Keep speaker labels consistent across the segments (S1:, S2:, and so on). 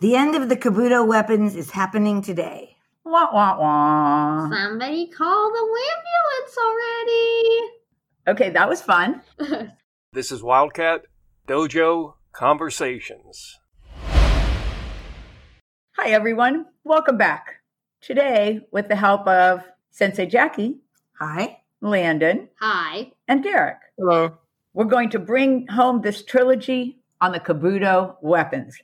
S1: The end of the Kabuto weapons is happening today.
S2: Wah, wah, wah.
S3: Somebody call the
S2: Okay, that was fun.
S3: ambulance already.
S4: This is Wildcat Dojo Conversations.
S2: Hi, everyone. Welcome back. Today, with the help of Sensei Jackie,
S1: Hi.
S2: Landon,
S3: Hi.
S2: and Derek,
S5: Hello.
S2: we're going to bring home this trilogy on the Kabuto weapons.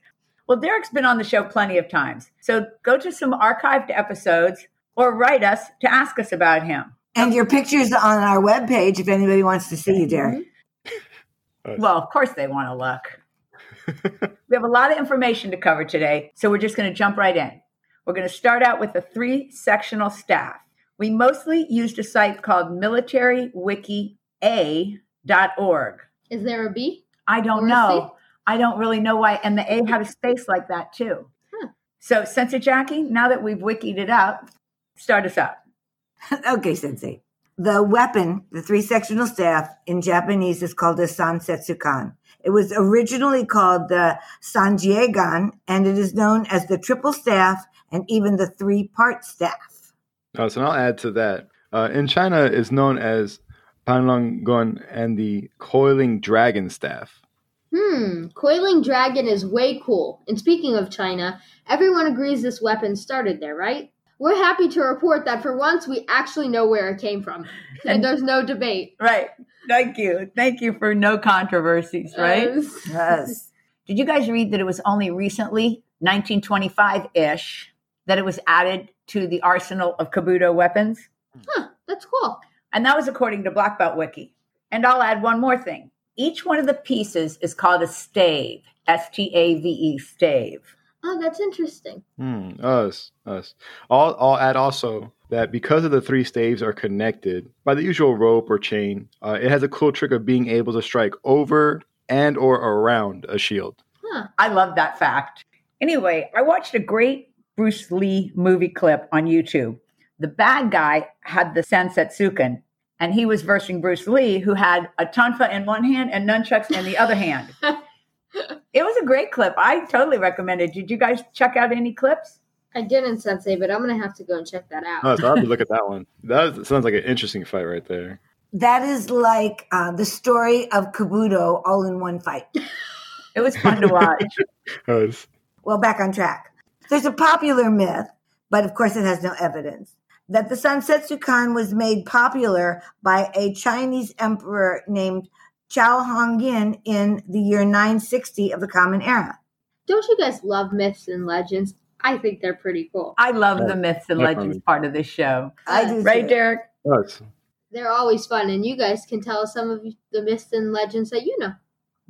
S2: Well, Derek's been on the show plenty of times, so go to some archived episodes or write us to ask us about him.
S1: And your picture's on our webpage if anybody wants to see you, Derek.
S2: Well, of course, they want to look. we have a lot of information to cover today, so we're just going to jump right in. We're going to start out with the three sectional staff. We mostly used a site called militarywikia.org.
S3: Is there a B?
S2: I don't
S3: Or a
S2: know. I don't really know why. And the A had a space like that too. So, Sensor Jackie, now that we've wikied it up, start us up.
S1: okay, Sensei. The weapon, the three sectional staff in Japanese is called the Sansetsukan. It was originally called the Sanjiegan, and it is known as the triple staff and even the three part staff.
S5: Uh, so I'll add to that. Uh, in China, is known as Panlonggon and the coiling dragon staff.
S3: Hmm. Coiling Dragon is way cool. And speaking of China, everyone agrees this weapon started there, right? We're happy to report that for once we actually know where it came from. And there's no debate.
S2: Right. Thank you. Thank you for no controversies, right?
S3: Uh,
S1: Yes.
S2: Did you guys read that it was only recently, 1925 ish, that it was added to the arsenal of Kabuto weapons?
S3: that's cool.
S2: And that was according to Black Belt Wiki. And I'll add one more thing. Each one of the pieces is called a stave, S T A V E, stave.
S3: Oh, that's interesting.
S5: Hmm. Us. Us. I'll, I'll add also that because of the three staves are connected by the usual rope or chain, uh, it has a cool trick of being able to strike over and or around a shield.
S2: I love that fact. Anyway, I watched a great Bruce Lee movie clip on YouTube. The bad guy had the Sansetsuken, and he was versing Bruce Lee, who had a tonfa in one hand and nunchucks in the other hand. It was a great clip. I totally recommend it. Did you guys check out any clips?
S3: I didn't, Sensei, but I'm going to have to go and check that out.
S5: Oh, so I'll have to look at that one. That was- sounds like an interesting fight right there.
S1: That is like uh, the story of Kabuto all in one fight.
S2: It was fun to watch.
S5: Us.
S1: Well, back on track. There's a popular myth, but of course it has no evidence, that the Sansetsu Khan was made popular by a Chinese emperor named Chao Hongyin in the year 960 of the Common Era.
S3: Don't you guys love myths and legends? I think they're pretty cool.
S2: I love the myths and
S5: Definitely.
S2: legends part of this show.
S1: I do
S2: Right,
S1: too.
S2: Derek?
S5: Us.
S3: They're always fun, and you guys can tell us some of the myths and legends that you know.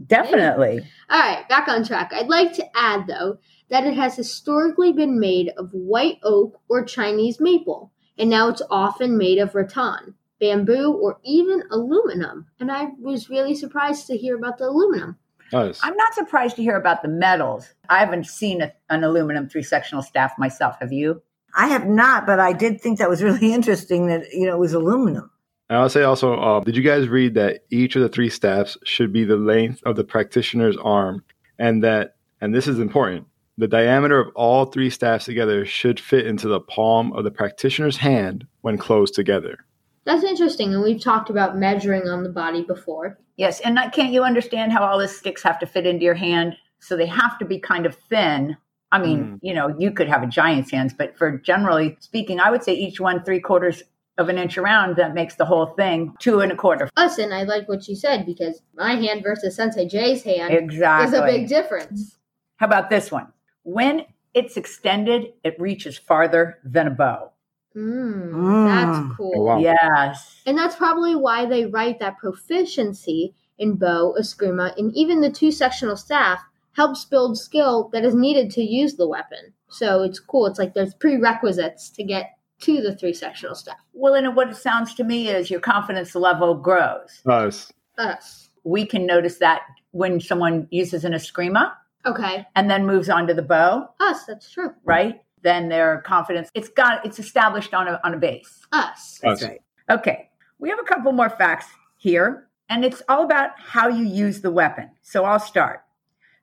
S2: Definitely.
S3: All right, back on track. I'd like to add, though, that it has historically been made of white oak or Chinese maple, and now it's often made of rattan, bamboo, or even aluminum. And I was really surprised to hear about the aluminum.
S5: Us.
S2: I'm not surprised to hear about the medals. I haven't seen a, an aluminum three sectional staff myself. Have you?
S1: I have not, but I did think that was really interesting that, you know, it was aluminum.
S5: And I'll say also, uh, did you guys read that each of the three staffs should be the length of the practitioner's arm, and that, and this is important, the diameter of all three staffs together should fit into the palm of the practitioner's hand when closed together.
S3: That's interesting, and we've talked about measuring on the body before.
S2: Yes. And not, can't you understand how all the sticks have to fit into your hand? So they have to be kind of thin. I mean,
S5: Mm.
S2: you know, you could have a giant's hands, but for generally speaking, I would say each one three quarters of an inch around. That makes the whole thing two and a quarter.
S3: Listen, I like what you said because my hand versus Sensei Jay's hand
S2: Exactly.
S3: is a big difference.
S2: How about this one? When it's extended, it reaches farther than a bow.
S3: Mm,
S1: Mm.
S3: That's cool.
S5: Oh, wow.
S2: Yes.
S3: And that's probably why they write that proficiency in bow, eskrima, and even the two sectional staff helps build skill that is needed to use the weapon. So it's cool. It's like there's prerequisites to get to the three sectional staff.
S2: Well, and what it sounds to me is your confidence level grows.
S5: Us.
S3: Us.
S2: We can notice that when someone uses an eskrima
S3: Okay.
S2: and then moves on to the bow,
S3: Us. That's true.
S2: right? Then their confidence it's got it's established on a on a base.
S3: Us.
S1: That's
S5: Us.
S1: right.
S2: Okay. We have a couple more facts here, and it's all about how you use the weapon. So I'll start.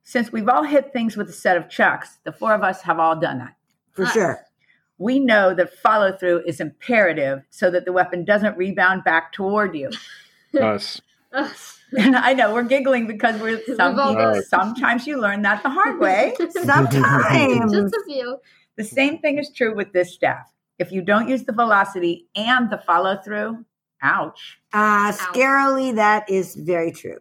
S2: Since we've all hit things with a set of chucks, the four of us have all done that.
S1: for
S3: Nice.
S1: sure.
S2: We know that follow through is imperative so that the weapon doesn't rebound back toward you.
S5: Us.
S2: And I know we're giggling because we're some
S3: We've all
S2: people,
S5: done it.
S2: sometimes you learn that the hard way.
S3: Just
S1: Sometimes.
S3: a few.
S2: The same thing is true with this staff. If you don't use the velocity and the follow through, ouch.
S1: Uh, scarily, that is very true.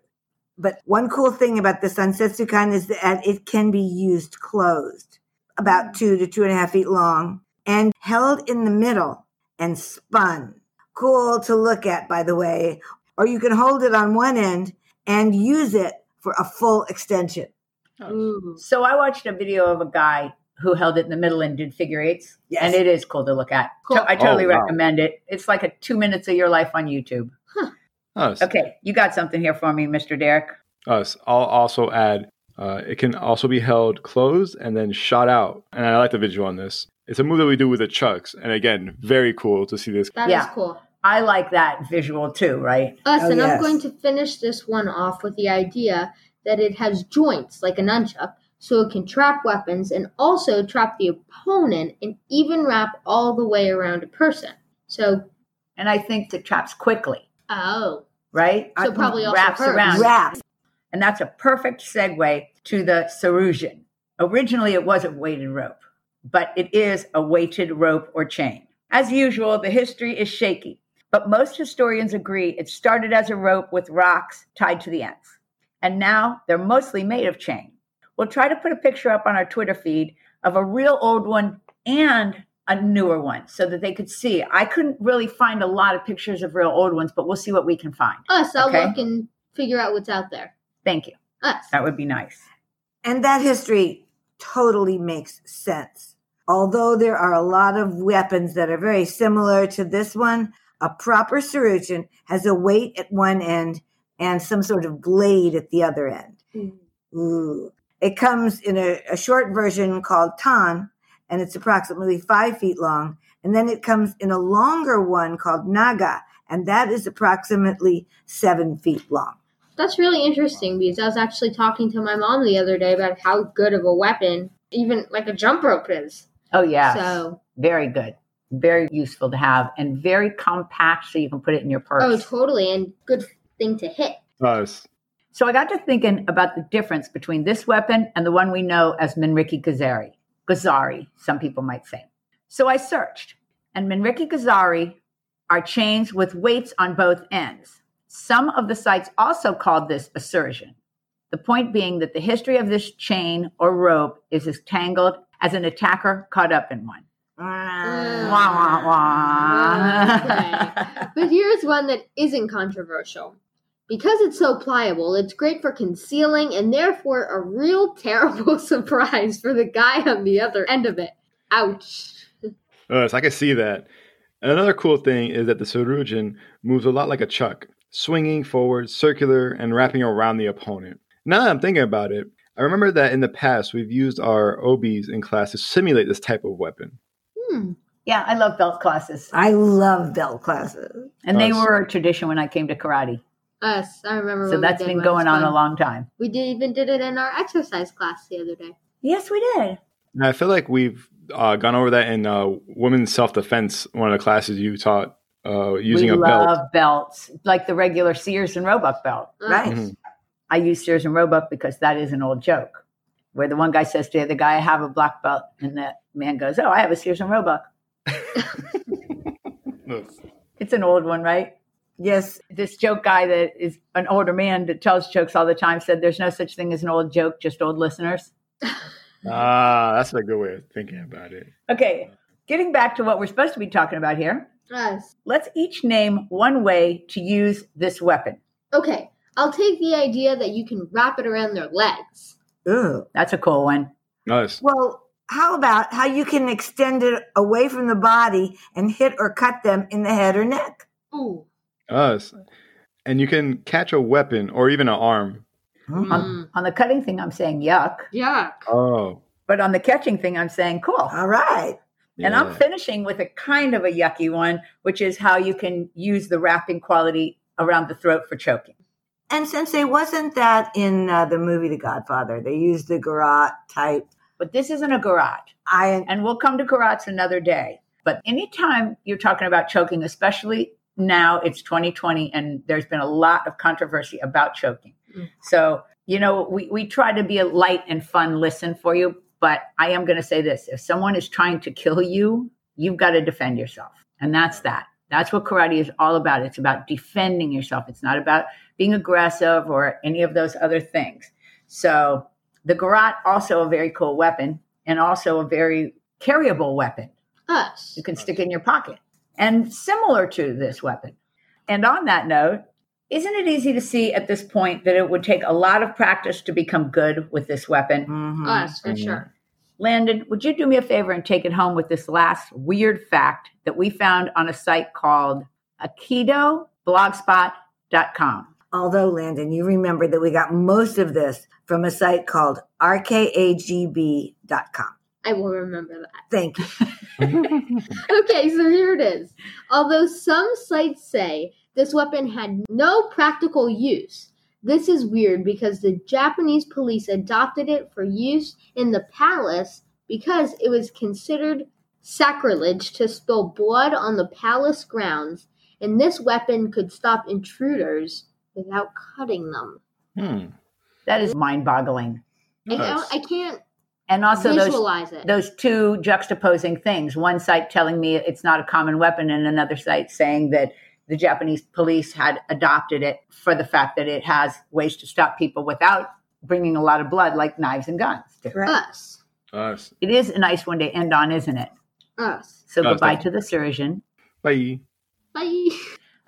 S1: But one cool thing about the sunset sukan is that it can be used closed, about two to two and a half feet long, and held in the middle and spun. Cool to look at, by the way. Or you can hold it on one end and use it for a full extension.
S3: Ooh.
S2: So I watched a video of a guy who held it in the middle and did figure eights.
S1: Yes.
S2: And it is cool to look at.
S3: Cool.
S2: To- I totally
S5: Oh, wow.
S2: recommend it. It's like a two minutes of your life on YouTube.
S5: Us.
S2: Okay, you got something here for me, Mr. Derek.
S5: Us. I'll also add uh, it can also be held closed and then shot out. And I like the visual on this. It's a move that we do with the chucks. And again, very cool to see this.
S3: That is
S2: Yeah.
S3: cool.
S2: I like that visual too, right?
S3: Us,
S1: Oh,
S3: and
S1: yes.
S3: I'm going to finish this one off with the idea that it has joints like a nunchuck, so it can trap weapons and also trap the opponent and even wrap all the way around a person. So,
S2: And I think it traps quickly,
S3: oh,
S2: right?
S3: So
S2: Uh,
S3: probably also
S2: wraps
S3: hers.
S2: around.
S1: Wraps.
S2: And that's a perfect segue to the sarusian. Originally, it wasn't weighted rope, but it is a weighted rope or chain. As usual, the history is shaky, but most historians agree it started as a rope with rocks tied to the ends. And now they're mostly made of chain. We'll try to put a picture up on our Twitter feed of a real old one and a newer one so that they could see. I couldn't really find a lot of pictures of real old ones, but we'll see what we can find.
S3: us, I'll
S2: Okay.
S3: look and figure out what's out there.
S2: Thank you.
S3: Us.
S2: That would be nice.
S1: And that history totally makes sense. Although there are a lot of weapons that are very similar to this one, a proper serugin has a weight at one end and some sort of blade at the other end. Ooh. It comes in a, a short version called tan, and it's approximately five feet long. And then it comes in a longer one called naga, and that is approximately seven feet long.
S3: That's really interesting because I was actually talking to my mom the other day about how good of a weapon, even like a jump rope, is.
S2: Oh, yeah.
S3: So,
S2: Very good. Very useful to have and very compact so you can put it in your purse.
S3: oh, totally, and good thing to hit.
S5: Us.
S2: so I got to thinking about the difference between this weapon and the one we know as Minriki Gazari. Gazari, some people might say. So I searched, and Minriki Gazari are chains with weights on both ends. Some of the sites also called this a surgeon. The point being that the history of this chain or rope is as tangled as an attacker caught up in one.
S1: Ah.
S2: Wah, wah, wah.
S3: Okay. But here's one that isn't controversial. Because it's so pliable, it's great for concealing and therefore a real terrible surprise for the guy on the other end of it. Ouch.
S5: Us. Oh, I can see that. And another cool thing is that the Sarujin moves a lot like a chuck, swinging forward, circular, and wrapping around the opponent. Now that I'm thinking about it, I remember that in the past we've used our OBs in class to simulate this type of weapon.
S3: Hmm.
S2: yeah, I love belt classes.
S1: I love bell classes.
S2: And they
S5: Nice.
S2: were a tradition when I came to karate.
S3: Us. I remember.
S2: So
S3: when we
S2: that's
S3: did
S2: been
S3: one. It was
S2: going on a
S3: fun.
S2: long time.
S3: We did, even did it in our exercise class the other day.
S2: Yes, we did.
S5: And I feel like we've uh, gone over that in uh, women's self defense, one of the classes you taught uh, using
S2: we
S5: a
S2: love
S5: belt.
S2: belts, like the regular Sears and Roebuck belt.
S3: Uh,
S1: Right.
S5: Mhm.
S2: I use Sears and Roebuck because that is an old joke where the one guy says to the other guy, I have a black belt. And the man goes, Oh, I have a Sears and Roebuck. It's an old one, right?
S1: Yes,
S2: This joke guy that is an older man that tells jokes all the time said, There's no such thing as an old joke, just old listeners.
S5: Ah, that's a good way of thinking about it.
S2: Okay, getting back to what we're supposed to be talking about here,
S3: Us.
S2: let's each name one way to use this weapon.
S3: Okay, I'll take the idea that you can wrap it around their legs.
S1: Ooh.
S2: That's a cool one.
S5: Nice.
S1: Well, how about how you can extend it away from the body and hit or cut them in the head or neck?
S3: Ooh.
S5: Us. And you can catch a weapon or even an arm.
S3: Hmm. Mm-hmm.
S2: On, on the cutting thing, I'm saying yuck.
S3: Mm, Yuck.
S5: Oh.
S2: But on the catching thing, I'm saying cool.
S1: All right.
S2: And I'm finishing with a kind of a yucky one, which is how you can use the wrapping quality around the throat for choking.
S1: And Sensei, wasn't that in uh, the movie The Godfather? They used the garrote type.
S2: But this isn't a garrote.
S1: I
S2: And we'll come to garrotes another day. But anytime you're talking about choking, especially now it's 2020 and there's been a lot of controversy about choking.
S3: Mm.
S2: So, you know, we, we try to be a light and fun listen for you. But I am going to say this if someone is trying to kill you, you've got to defend yourself. And that's that. That's what karate is all about. It's about defending yourself. It's not about being aggressive or any of those other things. So, the garrote, also a very cool weapon and also a very carryable weapon.
S3: Us.
S2: You can stick in your pocket and similar to this weapon. And on that note, isn't it easy to see at this point that it would take a lot of practice to become good with this weapon?
S1: mhm.
S3: Us, for
S5: Mhm.
S3: sure.
S2: Landon, would you do me a favor and take it home with this last weird fact that we found on a site called akidoblogspot.com?
S1: although Landon, you remember that we got most of this from a site called rkagb.com.
S3: I will remember that.
S1: Thank you.
S3: Okay, so here it is. Although some sites say this weapon had no practical use, this is weird because the Japanese police adopted it for use in the palace because it was considered sacrilege to spill blood on the palace grounds, and this weapon could stop intruders without cutting them.
S5: Hmm.
S2: That is mind boggling.
S3: I,
S5: Nice.
S3: don't, I can't
S2: And also, those
S3: visualize it.
S2: those two juxtaposing things one site telling me it's not a common weapon and another site saying that the japanese police had adopted it for the fact that it has ways to stop people without bringing a lot of blood like knives and guns do.
S3: us.
S5: Us.
S2: it is a nice one to end on isn't it
S3: Us.
S2: so
S5: Yes,
S2: goodbye
S5: thank
S2: to the surgeon
S5: Bye.
S3: Bye.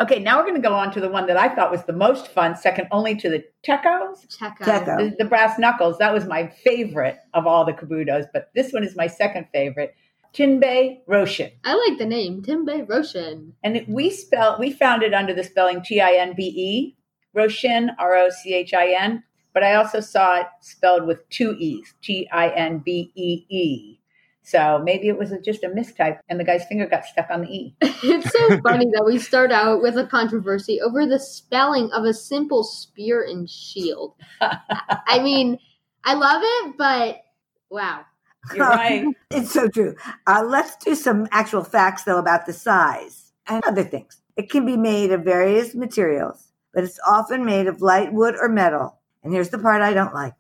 S2: okay now we're going to go on to the one that i thought was the most fun second only to the techos
S3: Check out.
S1: Tekko.
S2: the, the brass knuckles that was my favorite of all the kabutos but this one is my second favorite tinbei roshin
S3: I like the name Timbei Roshin.
S2: And it- we spell we found it under the spelling T I N B E, Roshin R O C H I N. But I also saw it spelled with two E's, T I N B E E. So maybe it was just a mistype, and the guy's finger got stuck on the E.
S3: It's so funny that we start out with a controversy over the spelling of a simple spear and shield. I I mean, I love it, but wow.
S2: You're right.
S1: It's so true. Uh, let's do some actual facts, though, about the size and other things. It can be made of various materials, but it's often made of light wood or metal. And here's the part I don't like.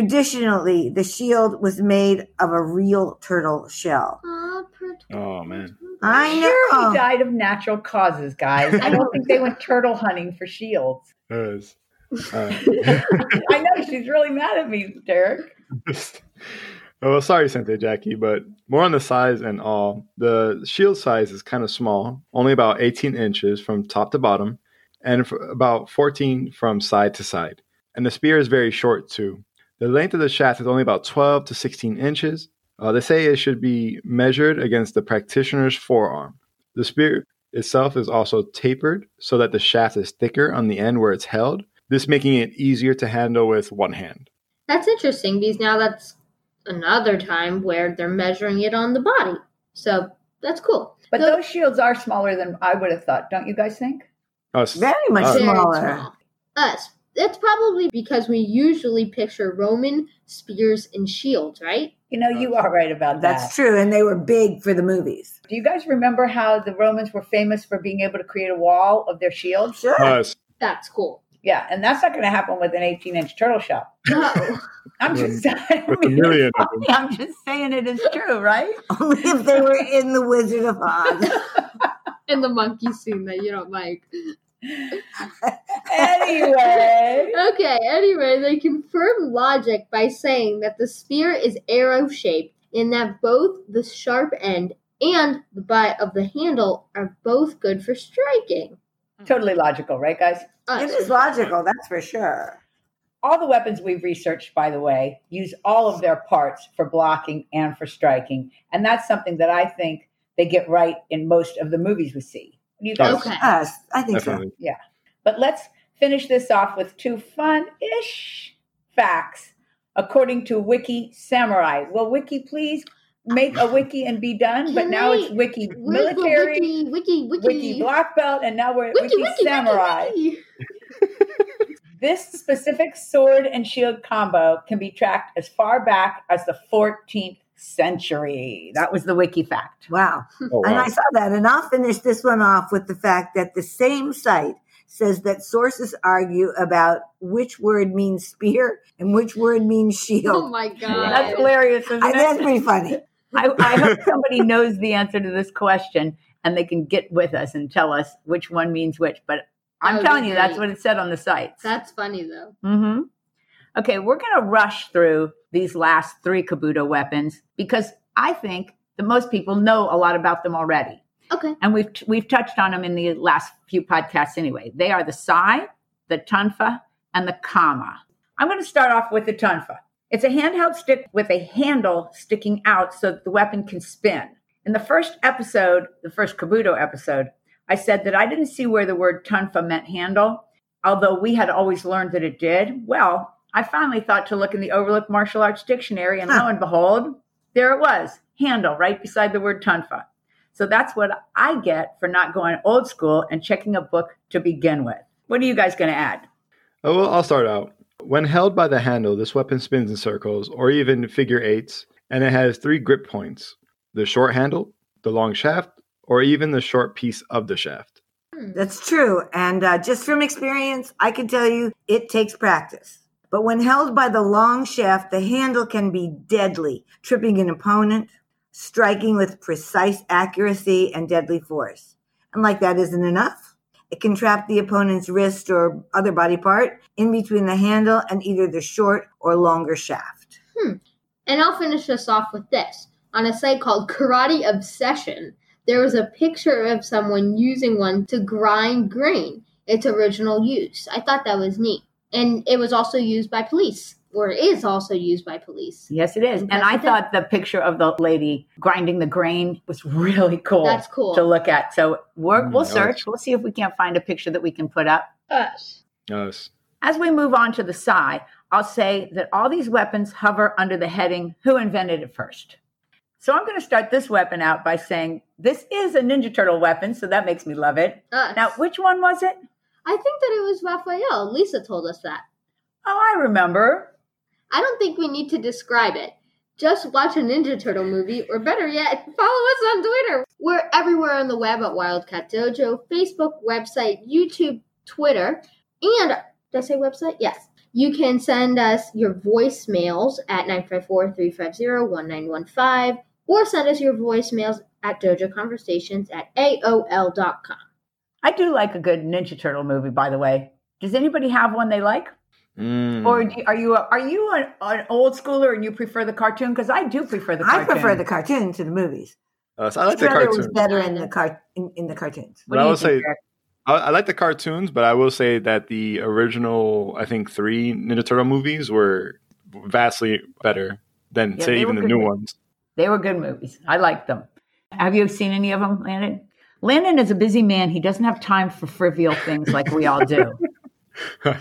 S1: Traditionally, the shield was made of a real turtle shell.
S3: Aw, poor turtle.
S5: Oh, man.
S1: I
S2: Sure,
S1: know.
S2: he died of natural causes, guys. I don't think they went turtle hunting for shields.
S5: Us. Uh,
S2: I know she's really mad at me, Derek.
S5: well, sorry, Sente Jackie, but more on the size and all. The shield size is kind of small, only about 18 inches from top to bottom, and f- about 14 from side to side. And the spear is very short, too. The length of the shaft is only about 12 to 16 inches. Uh, they say it should be measured against the practitioner's forearm. The spear itself is also tapered so that the shaft is thicker on the end where it's held, this making it easier to handle with one hand.
S3: That's interesting because now that's another time where they're measuring it on the body. So that's cool.
S2: But
S3: Though-
S2: those shields are smaller than I would have thought, don't you guys think?
S5: Us.
S1: Very much
S5: Us.
S3: Very
S1: smaller.
S3: small. Us. That's probably because we usually picture Roman spears and shields, right?
S2: You know, you are right about that.
S1: That's true. And they were big for the movies.
S2: Do you guys remember how the Romans were famous for being able to create a wall of their shields?
S1: Sure.
S5: Us.
S3: That's cool.
S2: Yeah, and that's not going to happen with an 18 inch turtle shell.
S3: No.
S2: I'm just saying.
S5: With a million of them.
S2: I'm just saying it is true, right?
S1: Only if they were in The Wizard of Oz.
S3: and the monkey scene that you don't like.
S2: Anyway,
S3: Okay, anyway, they confirm logic by saying that the spear is arrow shaped and that both the sharp end and the butt of the handle are both good for striking.
S2: totally logical, right, guys?
S3: Us.
S1: It is logical, that's for sure.
S2: All the weapons we've researched, by the way, use all of their parts for blocking and for striking. And that's something that I think they get right in most of the movies we see. What do you guys
S3: Okay.
S1: Us, I think
S5: Definitely.
S2: But let's finish this off with two fun ish facts, according to Wiki Samurai. Will Wiki please make a wiki and be done? but
S3: Can
S2: now
S3: I-
S2: it's Wiki
S3: Where's the
S2: Military, Wiki,
S3: wiki, wiki, wiki,
S2: Black Belt, and now we're at
S3: wiki,
S2: Wiki,
S3: wiki,
S2: Samurai.
S3: wiki, wiki.
S2: This specific sword and shield combo can be tracked as far back as the 14th century. That was the wiki fact.
S1: Wow.
S5: Oh,
S1: And
S5: wow.
S1: I saw that. And I'll finish this one off with the fact that the same site says that sources argue about which word means spear and which word means
S3: Oh
S1: shield.
S3: my god.
S2: That's hilarious, isn't
S1: I, that's
S2: it?
S1: pretty funny.
S2: I, I hope somebody knows the answer to this question and they can get with us and tell us which one means which. But
S3: That
S2: I'm
S3: would
S2: telling
S3: be
S2: you, that's
S3: great.
S2: what it said on the sites.
S3: That's funny though.
S2: Mm-hmm. Okay, we're going to rush through these last three Kabuto weapons because I think that most people know a lot about them already,
S3: Okay.
S2: and we've we've touched on them in the last few podcasts anyway. They are the sai, the tunfa, and the kama. I'm going to start off with the tunfa. It's a handheld stick with a handle sticking out so that the weapon can spin. In the first episode, the first Kabuto episode, I said that I didn't see where the word tunfa meant handle, although we had always learned that it did. Well, I finally thought to look in the Overlook Martial Arts Dictionary, and lo and behold, there it was handle right beside the word tunfa. So that's what I get for not going old school and checking a book to begin with. What are you guys going to add?
S5: Oh, well, I'll start out. When held by the handle, this weapon spins in circles or even figure eights, and it has three grip points the short handle, the long shaft, or even the short piece of the shaft.
S1: That's true. And uh, just from experience, I can tell you it takes practice. But when held by the long shaft, the handle can be deadly, tripping an opponent, striking with precise accuracy and deadly force. And like that isn't enough, it can trap the opponent's wrist or other body part in between the handle and either the short or longer shaft.
S3: And I'll finish this off with this. On a site called Karate Obsession, there was a picture of someone using one to grind grain, its original use. I thought that was neat. And it was also used by police, or is also used by police.
S2: Yes, it is. And
S3: That's
S2: I
S3: okay.
S2: thought the picture of the lady grinding the grain was really cool.
S3: That's cool.
S2: to look at. So we're,
S5: Mm,
S2: we'll
S5: nice.
S2: search. We'll see if we can't find a picture that we can put up.
S3: Us.
S5: Yes.
S2: As we move on to the Psy, I'll say that all these weapons hover under the heading Who Invented It First? So I'm going to start this weapon out by saying this is a Ninja Turtle weapon, so that makes me love it.
S3: Us.
S2: Now, which one was it?
S3: I think that it was Raphael. Lisa told us that.
S2: Oh, I remember.
S3: I don't think we need to describe it. Just watch a Ninja Turtle movie, or better yet, follow us on Twitter. We're everywhere on the web at Wildcat Dojo Facebook, website, YouTube, Twitter, and did I say website? Yes. You can send us your voicemails at 954 350 1915 or send us your voicemails at dojoconversations at aol.com.
S2: I do like a good Ninja Turtle movie, by the way. Does anybody have one they like,
S5: Mm.
S2: or do, are you a, are you an, an old schooler and you prefer the cartoon? Because I do prefer the
S1: I
S2: cartoon.
S1: prefer the cartoon to the movies.
S5: Uh, so I like the
S1: Rather, It was
S5: cartoon.
S1: better in the car in, in the cartoons.
S2: What
S5: I
S2: do you
S5: would
S2: think,
S5: say-
S2: Eric?
S5: I, I like the cartoons, but I will say that the original, I think, three Ninja Turtle movies were vastly better than,
S2: Yeah,
S5: say,
S2: they
S5: even
S2: were
S5: the
S2: good
S5: new
S2: movies.
S5: ones.
S2: They were good movies. I liked them. Have you seen any of them, Landon? Landon is a busy man. He doesn't have time for trivial things like we all do.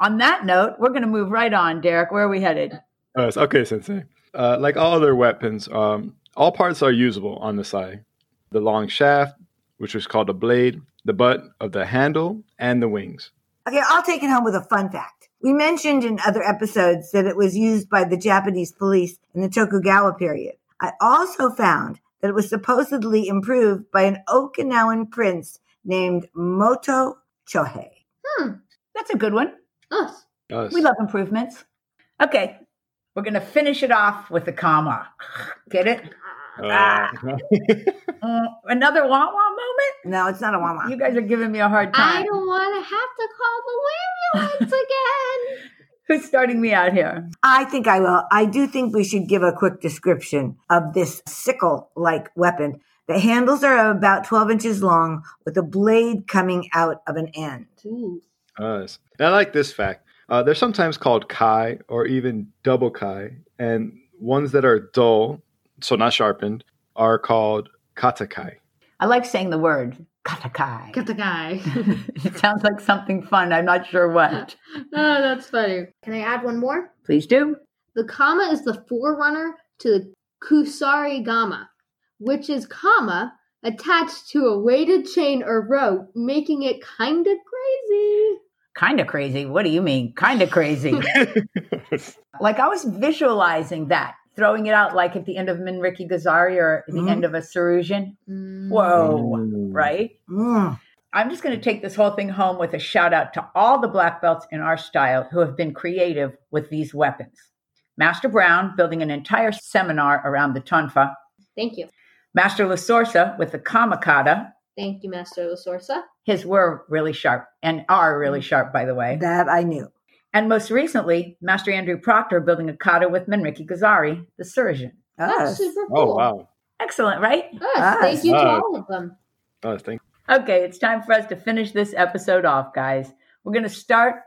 S2: on that note, we're going to move right on, Derek. Where are we headed?
S5: Uh, it's okay, Sensei. Uh, like all other weapons, um, all parts are usable on the side. The long shaft, which is called a blade, the butt of the handle, and the wings.
S1: Okay, I'll take it home with a fun fact. We mentioned in other episodes that it was used by the Japanese police in the Tokugawa period. I also found that it was supposedly improved by an Okinawan prince named Moto Chohei.
S2: That's a good one.
S3: Us.
S5: Yes.
S2: We love improvements. Okay, we're going to finish it off with a comma. Get it?
S5: Uh,
S2: Mm, another wah wah moment?
S1: No, it's not a Wawa.
S2: You guys are giving me a hard
S3: I
S2: time.
S3: don't want to have to call the ambulance again.
S2: Who's starting me out here?
S1: I think I will. I do think we should give a quick description of this sickle like weapon. The handles are about 12 inches long with a blade coming out of an end.
S3: Ooh.
S5: yes. And I like this fact. Uh, they're sometimes called kai or even double kai, and ones that are dull, so not sharpened, are called katakai.
S2: I like saying the word katakai.
S3: Get the guy.
S2: it sounds like something fun. I'm not sure what.
S3: Oh, that's funny. Can I add one more?
S2: Please do.
S3: The kama is the forerunner to the kusari gama, which is kama attached to a weighted chain or rope, making it kinda crazy.
S2: kind of crazy. What do you mean, kind of crazy? like I was visualizing that, throwing it out like at the end of Minriki Gazari or at the
S1: Mhm.
S2: end of a Sarusian.
S3: Mm.
S2: Mm-hmm. Whoa,
S5: Mm.
S2: Oh, right?
S1: Mm.
S2: I'm just going to take this whole thing home with a shout out to all the black belts in our style who have been creative with these weapons. Master Brown building an entire seminar around the tonfa,
S3: Thank you.
S2: Master Lasorsa with the kamikata.
S3: Thank you, Master Lasorsa.
S2: His were really sharp and are really sharp, by the way.
S1: That I knew.
S2: And most recently, Master Andrew Proctor building a kata with Minriki Gazari, the surgeon.
S3: That's
S1: Us.
S3: super cool.
S5: Oh wow.
S2: Excellent, right?
S3: Us.
S1: Us.
S3: Thank you to
S5: Wow.
S3: all of them.
S5: Oh, thank
S2: Okay, it's time for us to finish this episode off, guys. We're going to start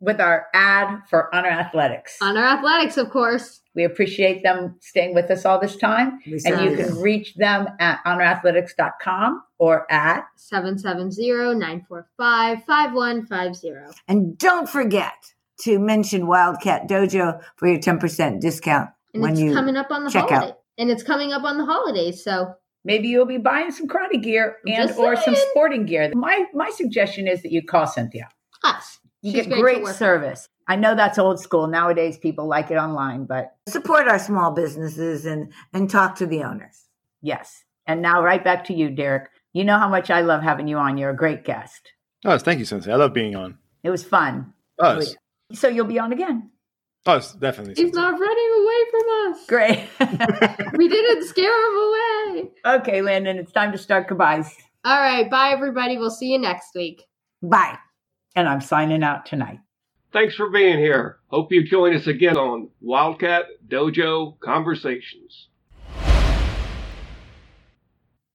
S2: with our ad for Honor Athletics.
S3: On our athletics, of course.
S2: We appreciate them staying with us all this time.
S1: We
S2: And you
S1: certainly
S2: can
S1: do.
S2: reach them at honorathletics.com or at
S3: 770-945-5150.
S1: And don't forget to mention Wildcat Dojo for your 10% discount
S3: And
S1: when
S3: it's
S1: you
S3: coming up on the
S1: check out.
S3: holiday. And it's coming up on the holidays, so
S2: maybe you'll be buying some karate gear and
S3: Just
S2: or some
S3: saying.
S2: sporting gear. My my suggestion is that you call Cynthia.
S3: us.
S2: You
S3: She's
S2: get
S3: great to
S2: great
S3: work with.
S2: service. I know that's old school. Nowadays people like it online, but
S1: support our small businesses and, and talk to the owners.
S2: yes. And now right back to you, Derek. You know how much I love having you on. You're a great guest.
S5: us. Thank you, Sensei. I love being on.
S2: It was fun.
S5: Us.
S2: So you'll be on again.
S5: Us, definitely.
S3: He's
S5: Sensei.
S3: not running away from us.
S2: Great.
S3: We didn't scare him away.
S2: okay, Landon, it's time to start goodbyes.
S3: All right, bye everybody. We'll see you next week.
S1: Bye.
S2: And I'm signing out tonight.
S4: Thanks for being here. Hope you join us again on Wildcat Dojo Conversations.